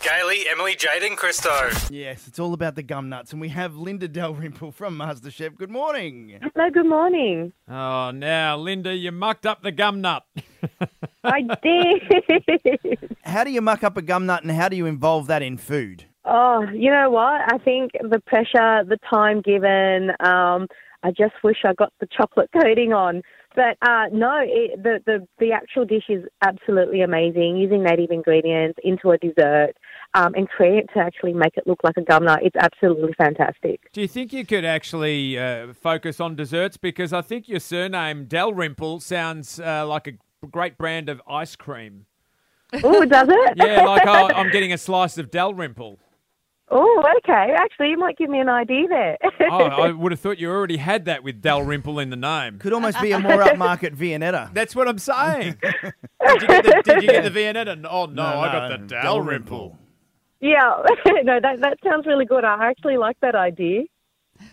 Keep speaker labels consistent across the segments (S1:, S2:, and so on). S1: Gailey, Emily, Jade, and Christo.
S2: Yes, it's all about the gum nuts, and we have Linda Dalrymple from MasterChef. Good morning.
S3: Hello, good morning.
S4: Oh, now, Linda, you mucked up the gum nut.
S3: I did.
S2: How do you muck up a gum nut, and how do you involve that in food?
S3: oh, you know what? I think the pressure, the time given, um, I just wish I got the chocolate coating on. But uh, no, it, the, the, the actual dish is absolutely amazing. Using native ingredients into a dessert um, and create to actually make it look like a gum nut, it's absolutely fantastic.
S4: Do you think you could actually uh, focus on desserts? Because I think your surname, Dalrymple, sounds uh, like a great brand of ice cream.
S3: Oh, does it?
S4: Yeah, like oh, I'm getting a slice of Dalrymple.
S3: Oh, okay. Actually, you might give me an idea there.
S4: Oh, I would have thought you already had that with Dalrymple in the name.
S2: Could almost be a more upmarket Viennetta.
S4: That's what I'm saying. did, you get the, did you get the Viennetta? Oh, no, I got the Dalrymple.
S3: yeah, no, that, that sounds really good. I actually like that idea.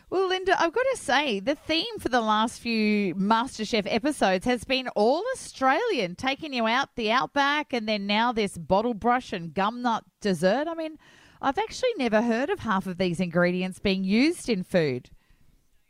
S5: Well, Linda, I've got to say, the theme for the last few MasterChef episodes has been all Australian, taking you out the outback and then now this bottle brush and gum nut dessert. I mean, I've actually never heard of half of these ingredients being used in food.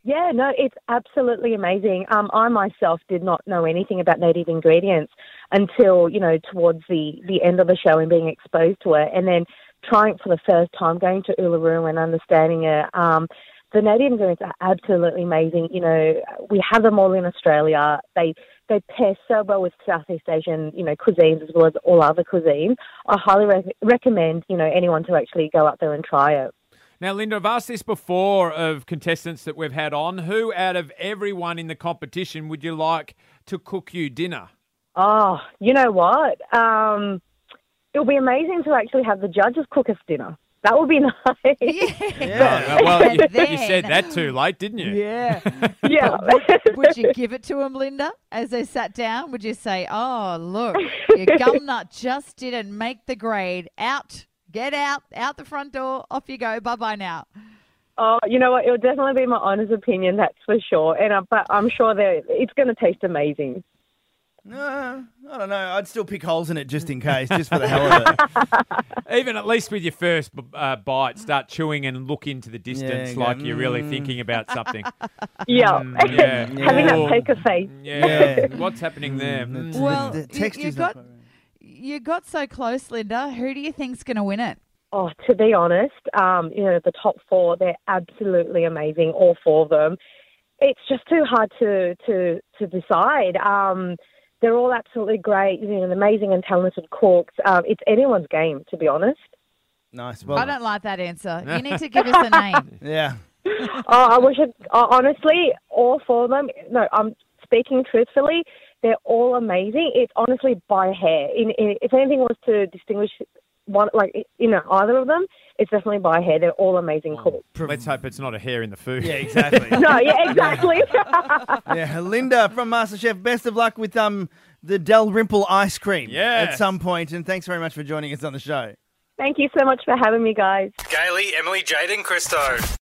S3: Yeah, no, it's absolutely amazing. Um, I myself did not know anything about native ingredients until you know towards the the end of the show and being exposed to it, and then trying for the first time, going to Uluru and understanding it. Um, the native ingredients are absolutely amazing. You know, we have them all in Australia. They they pair so well with Southeast Asian, you know, cuisines as well as all other cuisines. I highly rec- recommend, you know, anyone to actually go up there and try it.
S4: Now, Linda, I've asked this before of contestants that we've had on. Who out of everyone in the competition would you like to cook you dinner?
S3: Oh, you know what? Um, it'll be amazing to actually have the judges cook us dinner. That would be nice.
S2: Yeah.
S4: Uh, well, you,
S5: Then-
S4: you said that too late, didn't you?
S2: Yeah.
S3: yeah.
S5: Would you give it to them, Linda, as they sat down? Would you say, oh, look, your gum nut just didn't make the grade. Out, get out, out the front door, off you go, bye bye now.
S3: oh, you know what? It'll definitely be my honest opinion, that's for sure. And uh, but I'm sure that it's going to taste amazing.
S2: Uh, I don't know. I'd still pick holes in it just in case, just for the hell of it.
S4: Even at least with your first b- uh, bite, start chewing and look into the distance
S2: Yeah, go,
S4: like you're really
S2: "Mm."
S4: thinking about something.
S3: Yeah.
S4: yeah.
S3: Having
S4: Or-
S3: that poker face.
S4: Yeah.
S2: Yeah.
S4: What's happening there? Mm.
S5: Well,
S2: the
S5: you-
S2: text
S5: you
S2: is not
S5: got- You got so close, Linda. Who do you think's going to win it?
S3: Oh, to be honest, um, you know, the top four, they're absolutely amazing, all four of them. It's just too hard to to to decide. Um, they're all absolutely great, you know, amazing and talented cooks. Um, it's anyone's game, to be honest.
S2: nice. Well,
S5: I don't like that answer. You need to give us a name.
S2: yeah.
S3: oh, I wish it, uh, honestly, all four of them, no, I'm speaking truthfully, they're all amazing. It's honestly by hair. In, in, if anything was to distinguish one, like, you know, either of them, it's definitely by hair. They're all amazing cooks.
S4: Let's hope it's not a hair in the food.
S2: Yeah, exactly.
S3: No, yeah, exactly.
S2: Yeah, Linda from MasterChef, best of luck with um the Dalrymple ice cream
S4: Yes.
S2: at some point, and thanks very much for joining us on the show.
S3: Thank you so much for having me, guys.
S1: Gailey, Emily, Jade, and Christo.